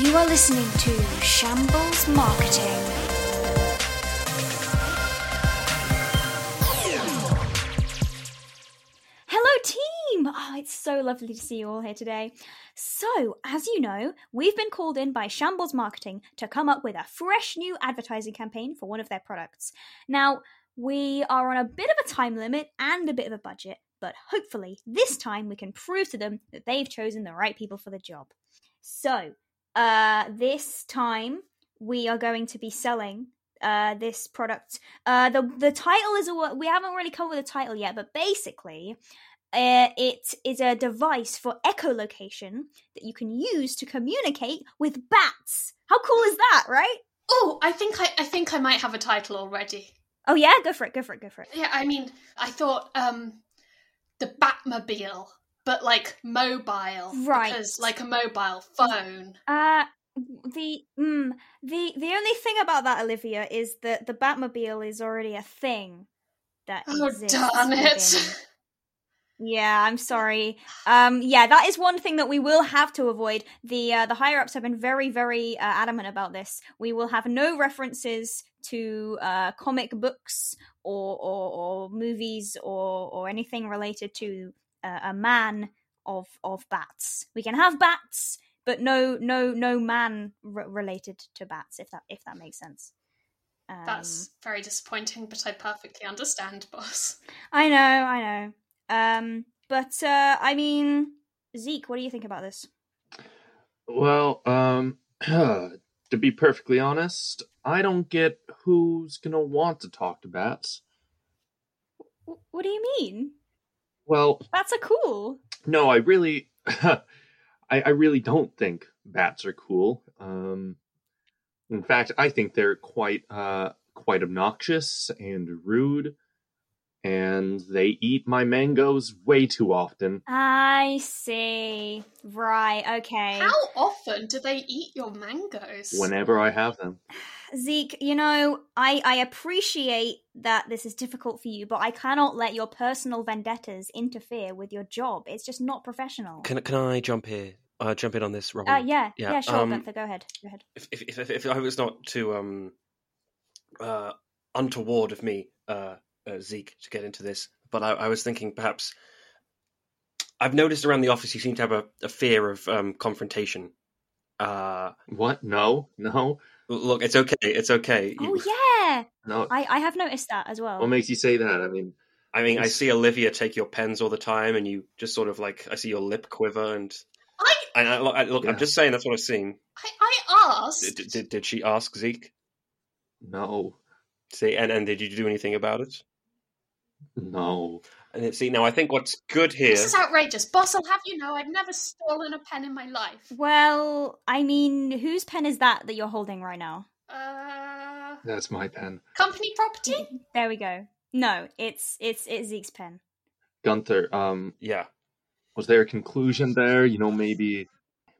You are listening to Shambles Marketing. Hello, team! Oh, it's so lovely to see you all here today. So, as you know, we've been called in by Shambles Marketing to come up with a fresh new advertising campaign for one of their products. Now, we are on a bit of a time limit and a bit of a budget, but hopefully, this time we can prove to them that they've chosen the right people for the job. So, uh, this time we are going to be selling uh, this product. Uh, the the title is a we haven't really come up with a title yet, but basically, uh, it is a device for echolocation that you can use to communicate with bats. How cool is that, right? Oh, I think I, I think I might have a title already. Oh yeah, go for it, go for it, go for it. Yeah, I mean, I thought um, the Batmobile, but like mobile, Right. Because like a mobile phone. Uh the mm, the the only thing about that Olivia is that the Batmobile is already a thing that Oh, exists darn it. within- Yeah, I'm sorry. Um, yeah, that is one thing that we will have to avoid. The uh, the higher ups have been very, very uh, adamant about this. We will have no references to uh, comic books or, or or movies or or anything related to uh, a man of of bats. We can have bats, but no no no man r- related to bats. If that if that makes sense. Um, That's very disappointing, but I perfectly understand, boss. I know, I know. Um, but uh, I mean, Zeke, what do you think about this? Well, um, to be perfectly honest, I don't get who's gonna want to talk to bats. W- what do you mean? Well, Bats are cool. no, I really, I, I really don't think bats are cool. Um, in fact, I think they're quite, uh, quite obnoxious and rude, and they eat my mangoes way too often. I see. Right. Okay. How often do they eat your mangoes? Whenever I have them, Zeke, you know, I I appreciate that this is difficult for you, but I cannot let your personal vendettas interfere with your job. It's just not professional. Can can I jump here? Uh, jump in on this, Robin. uh, yeah, yeah, yeah, sure, um, Gunther, go ahead, go ahead. If if, if, if if I was not too um uh untoward of me, uh, uh Zeke, to get into this, but I, I was thinking perhaps I've noticed around the office you seem to have a, a fear of um confrontation. Uh, what? No, no, l- look, it's okay, it's okay. Oh You- yeah, no. I I have noticed that as well. What makes you say that? I mean, I mean, I see Olivia take your pens all the time, and you just sort of like I see your lip quiver, and I, and I, look, I, look Yeah. I'm just saying that's what I've seen. I, I asked. Did, did did she ask Zeke? no, See, and and did you do anything about it? no. And it- see, now I think what's good here. This is outrageous. Boss, I'll have you know I've never stolen a pen in my life. Well, I mean, whose pen is that that you're holding right now? Uh, That's my pen. company property? There we go. No, it's it's it's Zeke's pen. Gunther, um, Yeah, was there a conclusion there? You know, maybe,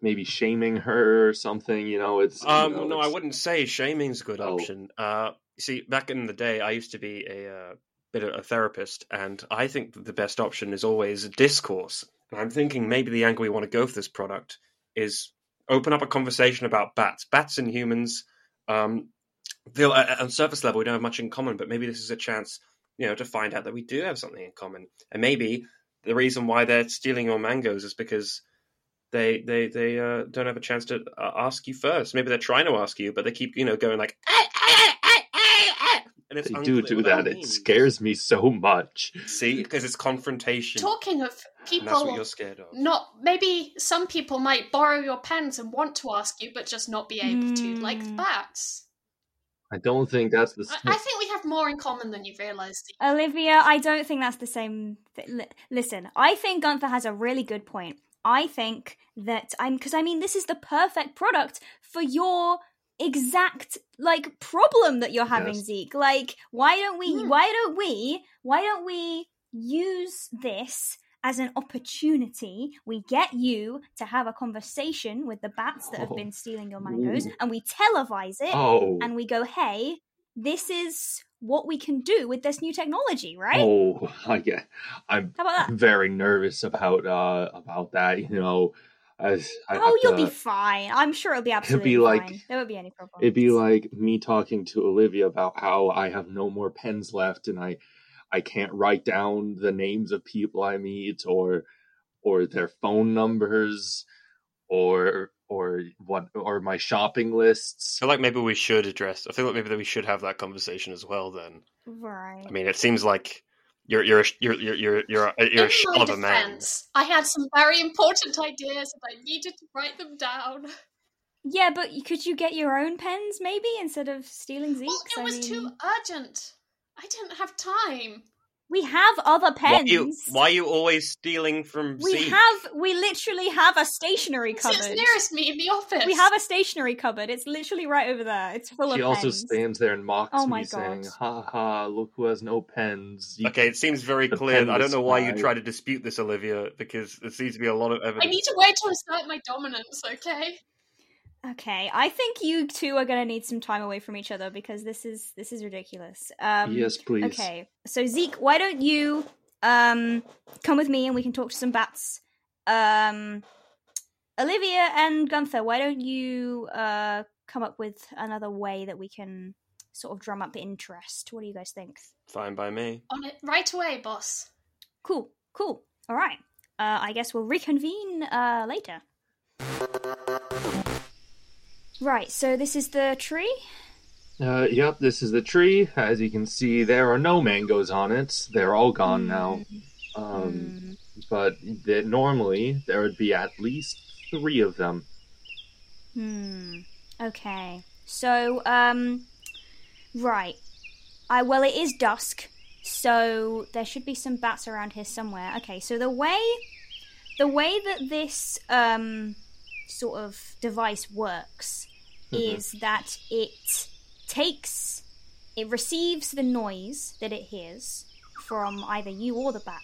maybe shaming her or something. You know, it's. you um, know, no, I it's- wouldn't say shaming's a good Oh. option. Uh, you see, back in the day, I used to be a uh, bit of a therapist, and I think that the best option is always discourse. And I'm thinking maybe the angle we want to go for this product is open up a conversation about bats, bats and humans. Um, feel at, at- on surface level we don't have much in common, but maybe this is a chance, you know, to find out that we do have something in common, and maybe the reason why they're stealing your mangoes is because they they they uh, don't have a chance to uh, ask you first. Maybe they're trying to ask you, but they keep you know going like, "Ah, ah, ah, ah, ah," and it's They do unclear do what that. It means. scares me so much. See, because it's confrontation. Talking of and that's what people you're scared of. not maybe some people might borrow your pens and want to ask you but just not be able to like the Mm. bats I don't think that's the. I, I think we have more in common than you realize Olivia, I don't think that's the same. Th- li- Listen, I think Gunther has a really good point. I think that I'm because I mean this is the perfect product for your exact like problem that you're having, Yes. Zeke. Like, why don't we? Hmm. Why don't we? Why don't we use this? As an opportunity, we get you to have a conversation with the bats that have Oh. been stealing your mangoes, Ooh. and we televise it oh, and we go, hey, this is what we can do with this new technology, right? Oh, I get. I'm How about that? very nervous about uh about that. You know, as I oh, have you'll to- be fine. I'm sure it'll be it'd absolutely be like- fine. There won't be any problem. It'd be like me talking to Olivia about how I have no more pens left and I I can't write down the names of people I meet or or their phone numbers or or what or my shopping I lists. feel like maybe we should address. I feel like maybe that we should have that conversation as well. Then right. I mean, it seems like you're you're a sh- you're you're you're you're a, you're a In shell my of a man. defense, I had some very important ideas and I needed to write them down. yeah, but you- could you get your own pens maybe instead of stealing Zeke's? Well, it I was mean, too urgent. I didn't have time. we have other Why pens. you why you always stealing from we Zeke? have we literally have a stationery It's cupboard. nearest me in the office. We have a stationery cupboard. It's literally right over there. It's full She of also pens. stands there and mocks Oh my me God. saying, "Ha ha, look who has no pens." You- Okay, it seems very The clear. I don't penless know why you guy. try to dispute this, Olivia, because there seems to be a lot of I evidence. need a way to assert my dominance, okay? Okay, I think you two are gonna need some time away from each other because this is this is ridiculous. Um, yes, please. Okay, so Zeke, why don't you um come with me and we can talk to some bats? Um, Olivia and Gunther, why don't you uh come up with another way that we can sort of drum up interest? What do you guys think? Fine by me. On it right away, boss. Cool, cool. All right. Uh, I guess we'll reconvene uh, later. Right, so this is the tree. Uh, yep, this is the tree. As you can see, there are no mangoes on it. They're all gone now. Oh, Um, Mm. but that normally there would be at least three of them. Hmm. Okay. So, um, right. I well, it is dusk, so there should be some bats around here somewhere. Okay. So the way, the way that this um sort of device works Mhm. is that it takes, it receives the noise that it hears from either you or the bat,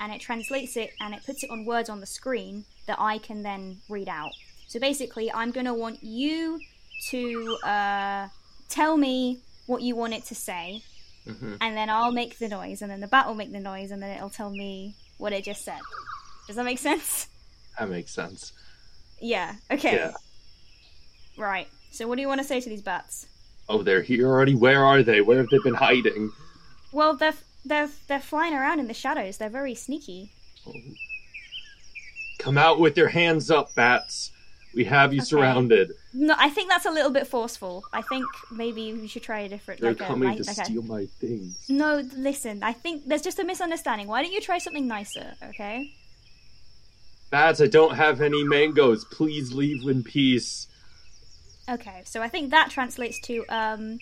and it translates it and it puts it on words on the screen that I can then read out. So basically, I'm going to want you to uh, tell me what you want it to say, and then I'll make the noise, and then the bat will make the noise, and then it'll tell me what it just said. Does that make sense? That makes sense. Yeah. Okay. Yeah. Right. So, what do you want to say to these bats? Oh, they're here already. Where are they? Where have they been hiding? Well, they're they're they're flying around in the shadows. They're very sneaky. Come out with your hands up, bats. We have you Okay. surrounded. No, I think that's a little bit forceful. I think maybe we should try a different. They're like a, coming like, to like a- steal my things. No, listen. I think there's just a misunderstanding. Why don't you try something nicer? Okay. Bats, I don't have any mangoes. Please leave in peace. Okay, so I think that translates to um.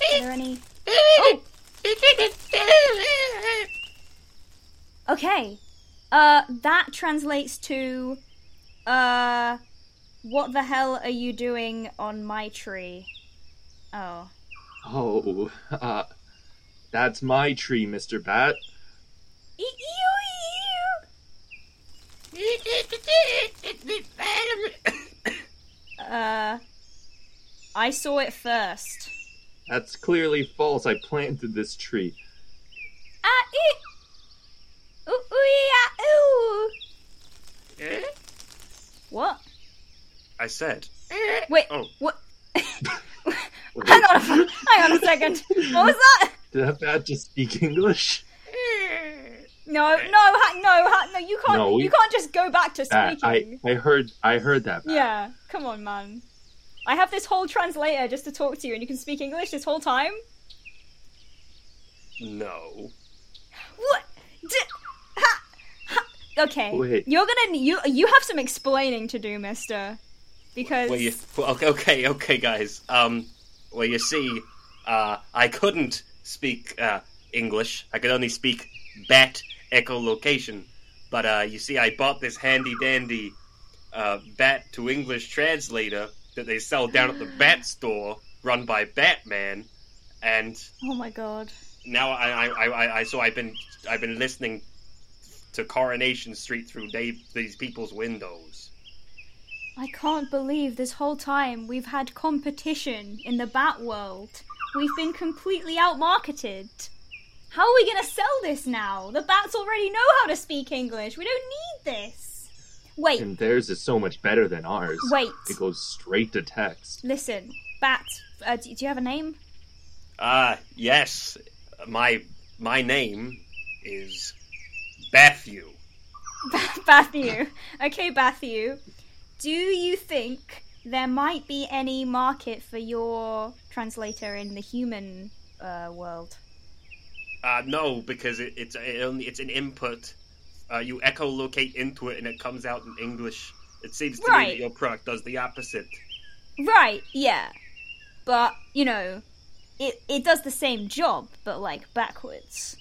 Are there any? Oh. Okay, uh, that translates to uh, what the hell are you doing on my tree? Oh, Oh, uh, that's my tree, Mr. Bat. uh, I saw it first. That's clearly false. I planted this tree. Ah, ooh. Ooh, ooh, yeah, ooh. What? I said. Wait, Oh. what? hang on, a, fu- hang on a second. What was that? Did that bat just speak English? No, no, ha- no, ha- no. You can't. No, we- you can't just go back to Bat, speaking. I, Uh, I heard I heard that. Bat. Yeah, come on, man. I have this whole translator just to talk to you, and you can speak English this whole time. No. What? D- ha- ha- okay, Wait. you're gonna you you have some explaining to do, Mister, because Well, you, well, okay, okay, okay, guys. Um, well, you see, uh, I couldn't speak uh, English. I could only speak bat echolocation. But uh, you see, I bought this handy dandy uh, bat to English translator that they sell down at the bat store, run by Batman, and oh my god, now I, I, I- I, I so I've been I've been listening to Coronation Street through they, these people's windows. I can't believe this whole time we've had competition in the bat world. We've been completely outmarketed. How are we going to sell this now? The bats already know how to speak English. We don't need this. Wait, And theirs is so much better than ours. Wait. It goes straight to text. listen, bat. Uh, do, do you have a name? Ah, yes. My my name is Bethune. Bathu. Okay, Bathu. Do you think there might be any market for your translator in the human uh, world? Uh, no, because it, it's it only it's an input. Uh, you echolocate into it, and it comes out in English. It seems to me Right. that your product does the opposite. Right, yeah. But, you know, it, it does the same job, but like backwards.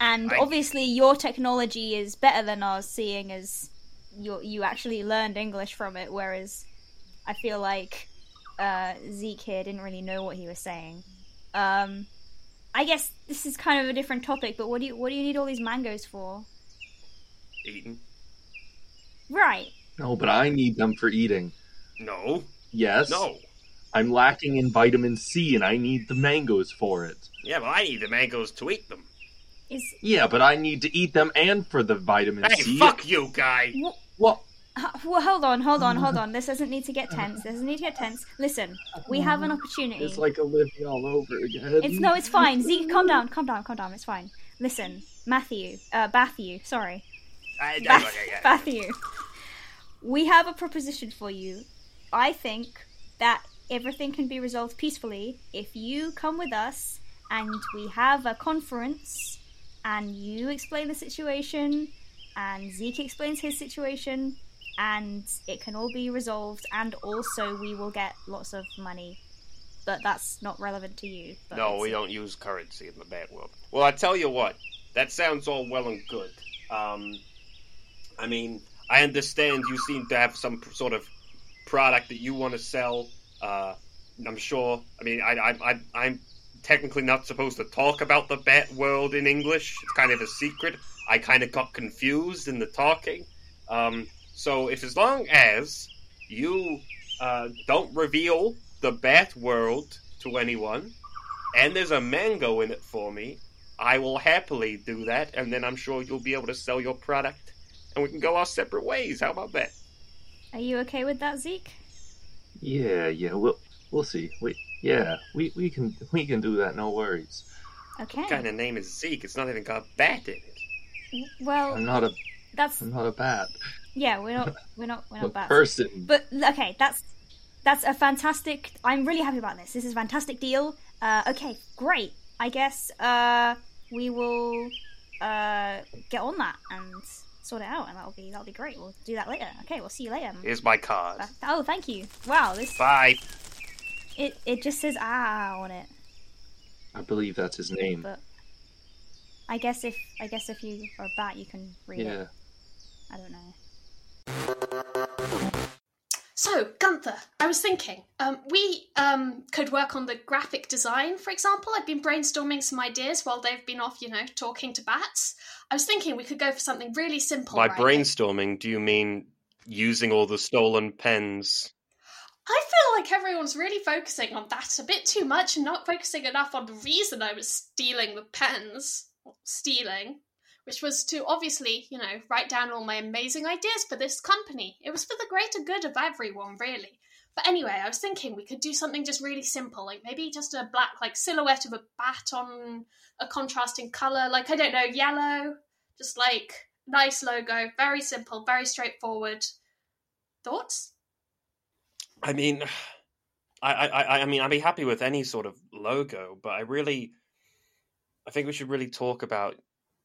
And I- obviously, your technology is better than ours, seeing as you you actually learned English from it, whereas I feel like uh, Zeke here didn't really know what he was saying. Um, I guess this is kind of a different topic, but what do you what do you need all these mangoes for? Eaten? Right. No, but I need them for eating. No, Yes. no. I'm lacking in vitamin C and I need the mangoes for it. Yeah, well, I need the mangoes to eat them. Is Yeah, but I need to eat them and for the vitamin Hey, C. fuck you, guy. wh- Well, Uh, Well, hold on, hold on, hold on. This doesn't need to get tense. This doesn't need to get tense. Listen, we have an opportunity. it's like Olivia all over again. It's- no, it's fine. Zeke, calm down, calm down, calm down. It's fine. Listen, Matthew, uh, Batthew, sorry, I, I- Bath- I- I- Batthew. We have a proposition for you. I think that everything can be resolved peacefully if you come with us and we have a conference and you explain the situation and Zeke explains his situation and it can all be resolved and also we will get lots of money. But that's not relevant to you. But No, it's- we don't use currency in the bad world. Well, I tell you what, that sounds all well and good. Um, I mean, I understand you seem to have some p- sort of product that you want to sell. Uh, I'm sure. I mean, I, I, I, I'm technically not supposed to talk about the bat world in English. It's kind of a secret. I kind of got confused in the talking. Um, so, if as long as you uh, don't reveal the bat world to anyone, and there's a mango in it for me, I will happily do that, and then I'm sure you'll be able to sell your product, and we can go our separate ways. How about that? Are you okay with that, Zeke? Yeah, yeah. We'll we'll see. We yeah, we, we can we can do that. No worries. Okay. Kind of name is Zeke. It's not even got bat in it. I'm Well, not a that's I'm not a bat. yeah. We're not. We're not. We're I'm a not bats. person. But okay, that's that's a fantastic. I'm really happy about this. This is a fantastic deal. Uh, okay, great. I guess uh, we will uh, get on that and sort it out, and that'll be that'll be great. We'll do that later. Okay, we'll see you later. Here's my card. Ba- Oh, thank you. Wow, this Bye. it, it just says ah on it. I believe that's his name. But I guess if I guess if you are a bat, you can read Yeah. it. I don't know. So, Gunther, I was thinking, um, we um, could work on the graphic design, for example. I've been brainstorming some ideas while they've been off, you know, talking to bats. I was thinking we could go for something really simple. By right? brainstorming, do you mean using all the stolen pens? I feel like everyone's really focusing on that a bit too much and not focusing enough on the reason I was stealing the pens, or stealing, which was to obviously, you know, write down all my amazing ideas for this company. It was for the greater good of everyone, really. But anyway, I was thinking we could do something just really simple, like maybe just a black, like silhouette of a bat on a contrasting color, like I don't know, yellow, just like nice logo, very simple, very straightforward. Thoughts? I mean, I, I, I, I mean, I'd be happy with any sort of logo, but I really, I think we should really talk about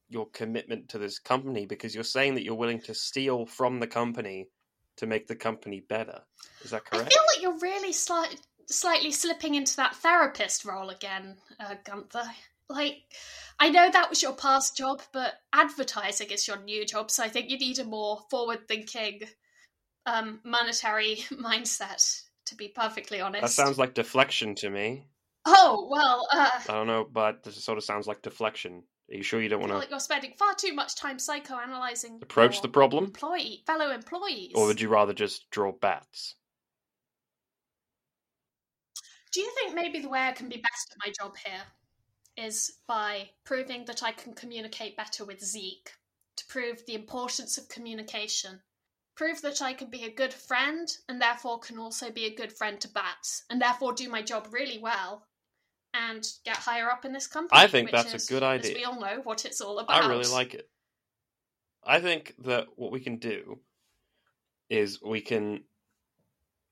your commitment to this company because you're saying that you're willing to steal from the company to make the company better. Is that I correct? feel like you're really slight, slightly slipping into that therapist role again, uh, Gunther. Like, I know that was your past job, but advertising is your new job, so I think you need a more forward thinking, um, monetary mindset, to be perfectly honest. That sounds like deflection to me. Oh, well, uh, I don't know, but this sort of sounds like deflection. Are you sure you don't I want feel to like you're spending far too much time psychoanalyzing approach your the problem, employee, fellow employees. or would you rather just draw bats? Do you think maybe the way I can be best at my job here is by proving that I can communicate better with Zeke, to prove the importance of communication, prove that I can be a good friend and therefore can also be a good friend to Bats, and therefore do my job really well and get higher up in this company? think which that's a is, good As idea. we all know what it's all about. I really like it. I think that what we can do is we can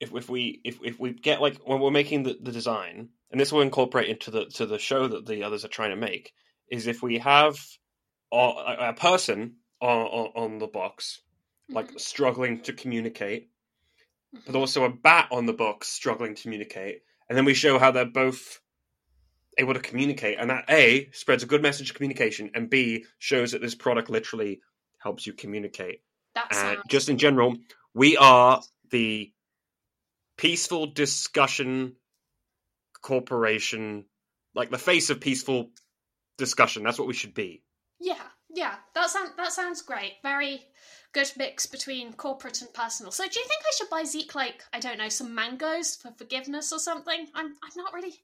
if if we if, if we get like when we're making the, the design, and this will incorporate into the to the show that the others are trying to make, is if we have a, a a person on, on on the box like Mhm, struggling to communicate, mhm. but also a bat on the box struggling to communicate, and then we show how they're both able to communicate, and that A spreads a good message of communication, and B shows that this product literally helps you communicate. that And sounds just in general, we are the peaceful discussion corporation, like the face of peaceful discussion. That's what we should be. Yeah, yeah, that sounds that sounds great. Very good mix between corporate and personal. So, do you think I should buy Zeke like I don't know some mangoes for forgiveness or something? I'm I'm not really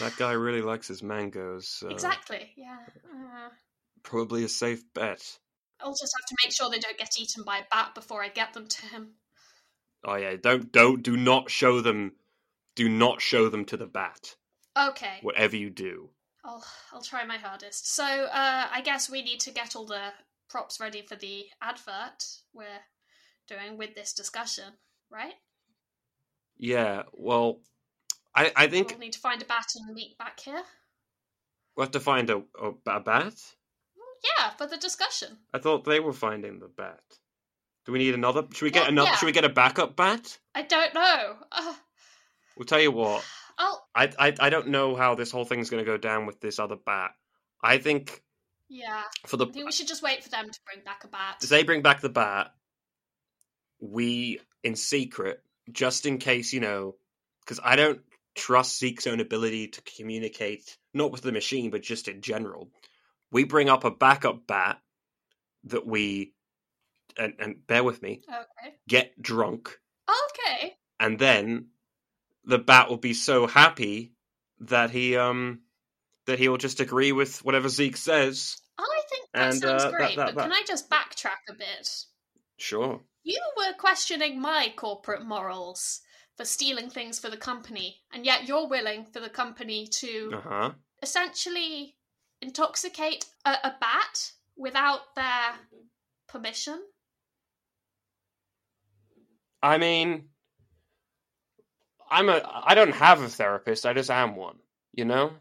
That guy really likes his mangoes. So exactly. Yeah, uh, Probably a safe bet. I'll just have to make sure they don't get eaten by a bat before I get them to him. Oh yeah, don't don't do not show them. Do not show them to the bat. Okay, Whatever you do. I'll I'll try my hardest. So, uh, I guess we need to get all the props ready for the advert we're doing with this discussion, right? Yeah. Well, I I think We'll need to find a bat and meet back here. we have to find a, a, a bat. Yeah, for the discussion. I thought they were finding the bat. Do we need another? Should we get Well, another? yeah. Should we get a backup bat? I don't know. Uh, We'll tell you what. I'll. I I, I don't know how this whole thing's going to go down with this other bat. I think Yeah, for the I think we should just wait for them to bring back a bat. they bring back the bat, we in secret, just in case you know, because I don't trust Zeke's own ability to communicate, not with the machine, but just in general. We bring up a backup bat that we and, and bear with me Okay. get drunk Okay. and then the bat will be so happy that he um that he will just agree with whatever Zeke says. I think that And, sounds uh, that- great, that- but that- can I just backtrack a bit? Sure. You were questioning my corporate morals for stealing things for the company, and yet you're willing for the company to Uh huh. essentially intoxicate a, a bat without their permission. I mean, I'm a I don't have a therapist. I just am one. You know.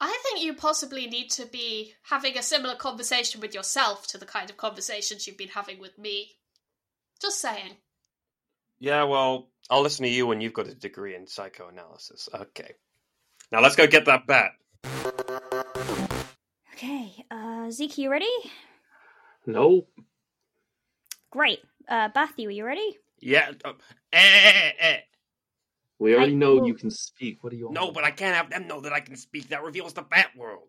I think you possibly need to be having a similar conversation with yourself to the kind of conversations you've been having with me. Just saying. Um, Yeah. Well, I'll listen to you when you've got a degree in psychoanalysis. Okay. Now let's go get that bat. Okay, uh, Zeke, you ready? No, Great. Uh, Bathy, are you ready? Yeah. oh, eh, eh, eh. we already I- know you can speak. What do you? No, want? but I can't have them know that I can speak. That reveals the bat world.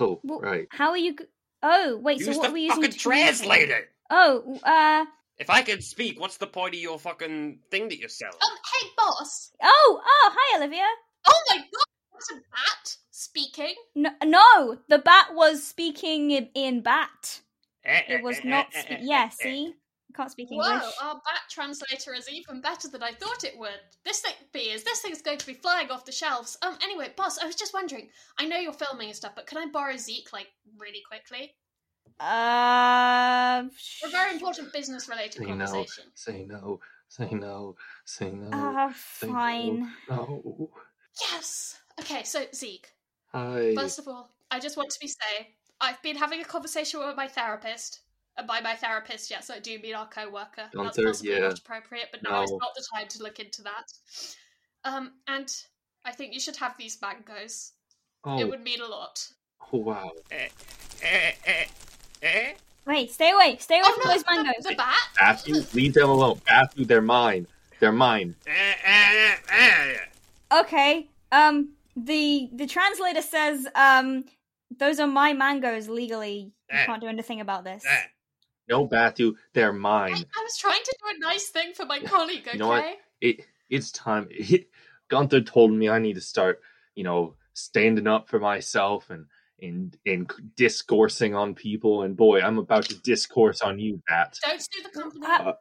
Oh, Well, right. How are you? G- oh, wait. Use so what the were you using? fucking to communicate? translator. Oh, uh, If I can speak, what's the point of your fucking thing that you're selling? Um, hey, boss. oh, oh. Hi, Olivia. Oh my god, that's a bat speaking. No, no, the bat was speaking in, in bat. Eh, eh, It was eh, not. eh, Spe- eh, eh, yeah, eh. see, I can't speak Whoa, English. our bat translator is even better than I thought it would. This thing be is this thing's going to be flying off the shelves. Um, anyway, boss, I was just wondering. I know you're filming and stuff, but can I borrow Zeke like really quickly? Uh, For a very important business-related Say no. conversation. Say no. Say no. Say no. Uh, Say no. fine. No. Yes. Okay, so Zeke, Hi. First of all, I just want to be say I've been having a conversation with my therapist. And by my therapist, yes, I do mean our co-worker. That's Gunther, possibly yeah. not appropriate, but now is No. not the time to look into that. Um, and I think you should have these mangoes. oh. It would mean a lot. oh, wow. Eh, eh, eh. Wait, stay away, stay away Oh from no, those mangoes. the, the bat! Matthew, leave them alone. Matthew, they're mine. They're mine. Eh, eh, eh, eh. Okay. Um, the the translator says, um, Those are my mangoes legally. You Eh. can't do anything about this. Eh. No, Bathu, they're I, mine. I was trying to do a nice thing for my colleague, okay? You know what? It it's time. Gunther told me I need to start, you know, standing up for myself and and and discoursing on people. And boy, I'm about to discourse on you, Bat. Don't sue the company. Uh,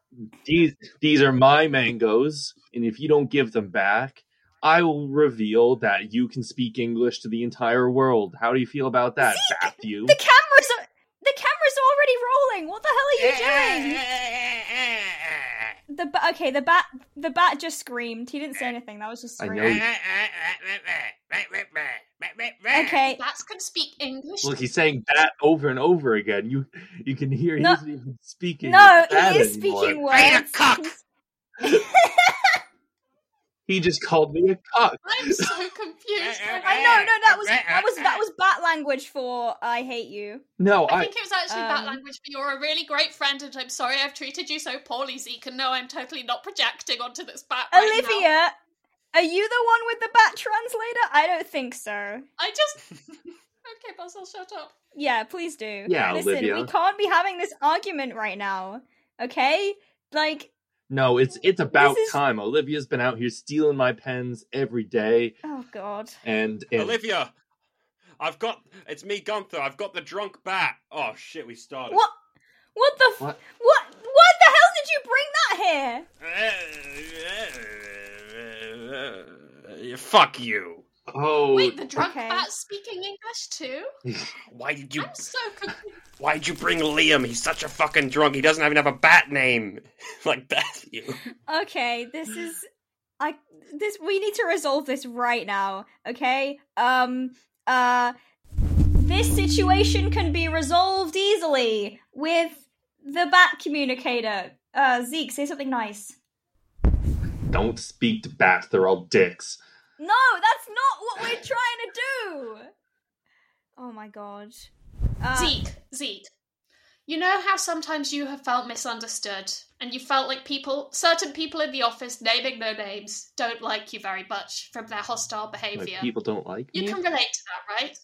These these are my mangoes, and if you don't give them back, I will reveal that you can speak English to the entire world. How do you feel about that, Matthew? The cameras are the cameras are already rolling. What the hell Eh, are you doing? The ba- okay, the bat the bat just screamed. He didn't say anything. That was just I screaming. know. Okay, Bats can speak English. Look, he's saying that over and over again. You you can hear No. he's not even speaking. no, he bad is anymore. speaking Hey, words. cock. He just called me a cock. I'm so confused. I know, no, that was that was that was bat language for I hate you. No, I I, think it was actually um, that language, but you're a really great friend, and I'm sorry I've treated you so poorly, Zeke, and no, I'm totally not projecting onto this bat Oh, right now. Olivia, are you the one with the bat translator? I don't think so. I just... okay, Basil, shut up. Yeah, please do. Yeah, Listen, Olivia. we can't be having this argument right now. Okay? Like no, it's it's about is- time. Olivia's been out here stealing my pens every day, oh god. and, and Olivia, I've got. It's me, Gunther. I've got the drunk bat. Oh shit, we started. What what the f- What? what what the hell did you bring that here? Fuck you. oh, Wait, the drunk Okay. bat's speaking English too? Why did you? I'm so confused. Why did you bring Liam? He's such a fucking drunk. He doesn't even have a bat name, like Matthew. Okay, this is I this we need to resolve this right now, okay? Um uh this situation can be resolved easily with the bat communicator. Uh Zeke, say something nice. don't speak to bats. They're all dicks. No, that's not what we're trying to do. Oh my god. Uh, Zeke, Zeke. You know how sometimes you have felt misunderstood, and you felt like people, certain people in the office, naming no names, don't like you very much from their hostile Like, behaviour. people don't like You me. can relate to that, right?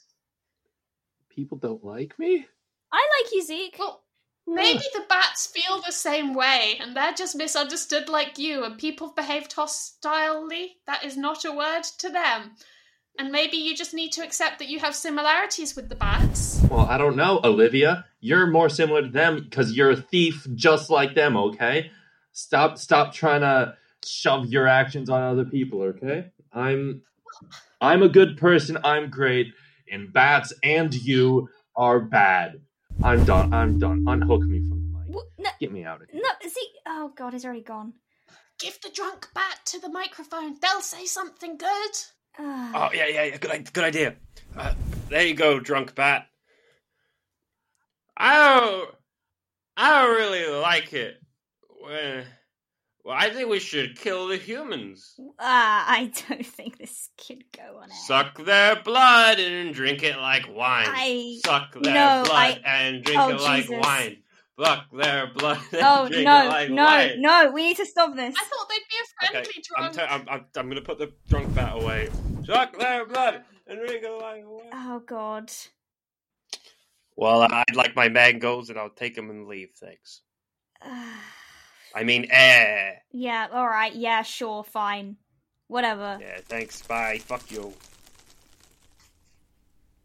People don't like me. I like you, Zeke. Well, maybe the bats feel the same way, and they're just misunderstood like you, and people have behaved hostilely. That is not a word to them. And maybe you just need to accept that you have similarities with the bats. Well, I don't know, Olivia. You're more similar to them because you're a thief just like them, okay? Stop stop trying to shove your actions on other people, okay? I'm I'm a good person, I'm great, and bats and you are bad. I'm done, I'm done. Unhook me from the mic. W- No, Get me out of here. no, Zeke. Oh god, he's already gone. Give the drunk bat to the microphone, they'll say something good. Ah. Oh yeah, yeah, yeah. Good, i- good idea. Uh, there you go, drunk bat. I don't, I don't really like it. Well, well, I think we should kill the humans, Ah, I don't think this could go on air. suck their blood and drink it like wine. I- suck their no, blood and drink oh, it like Jesus. wine. Suck their blood and Oh drink it no, like no, wine. no! We need to stop this. I thought they'd be a friendly I'm, drunk. t- I'm, I'm, I'm gonna put the drunk bat away. Suck their blood and drink it like wine. Oh god. Well, I'd like my mangoes, and I'll take them and leave. Thanks. Ah. I mean, eh. yeah. All right. Yeah. Sure. Fine. Whatever. Yeah, thanks. Bye. Fuck you.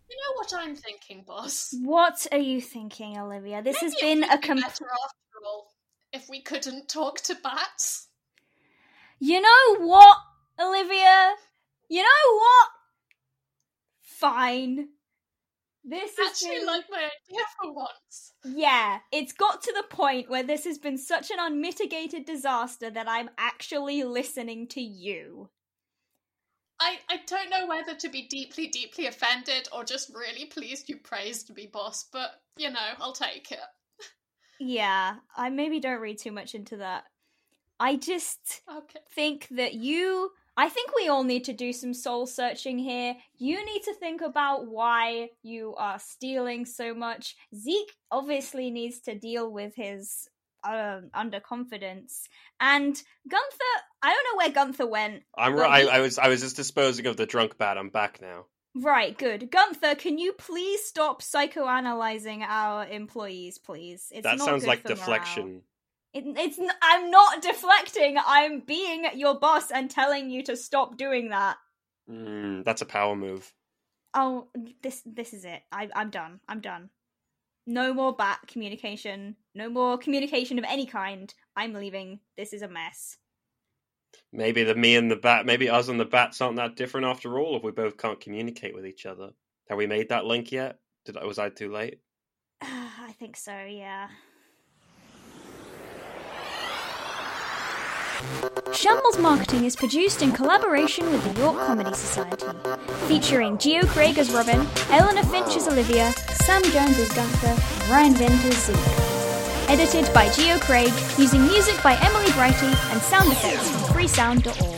you know what I'm thinking, boss? What are you thinking, Olivia? This has Maybe it been a would be com- better after all if we couldn't talk to bats. You know what, Olivia? You know what? Fine. This has Actually, been- like my idea for once. Yeah, it's got to the point where this has been such an unmitigated disaster that I'm actually listening to you. I, I don't know whether to be deeply, deeply offended or just really pleased you praised me, boss, but you know, I'll take it. Yeah, I maybe don't read too much into that. I just Okay. think that you. I think we all need to do some soul searching here. You need to think about why you are stealing so much. Zeke obviously needs to deal with his um, underconfidence. And Gunther, I don't know where Gunther went. I'm Well, right. you- I, I was I was just disposing of the drunk bat. I'm back now. Right, good. Gunther, can you please stop psychoanalyzing our employees, please? It's that not sounds good like for morale. deflection. It, it's. n- I'm not deflecting. I'm being your boss and telling you to stop doing that. Mm, that's a power move. Oh, this this is it. I, I'm done. I'm done. No more bat communication. No more communication of any kind. I'm leaving. This is a mess. Maybe the me and the bat, maybe us and the bats aren't that different after all. If we both can't communicate with each other, have we made that link yet? Did I was I too late? I think so. Yeah. Shambles Marketing is produced in collaboration with the York Comedy Society, featuring Geo Craig as Robin, Eleanor Finch as Olivia, Sam Jones as Gunther, and Ryan Vint as Zeke. Edited by Geo Craig, using music by Emily Brighty and sound effects from freesound.org.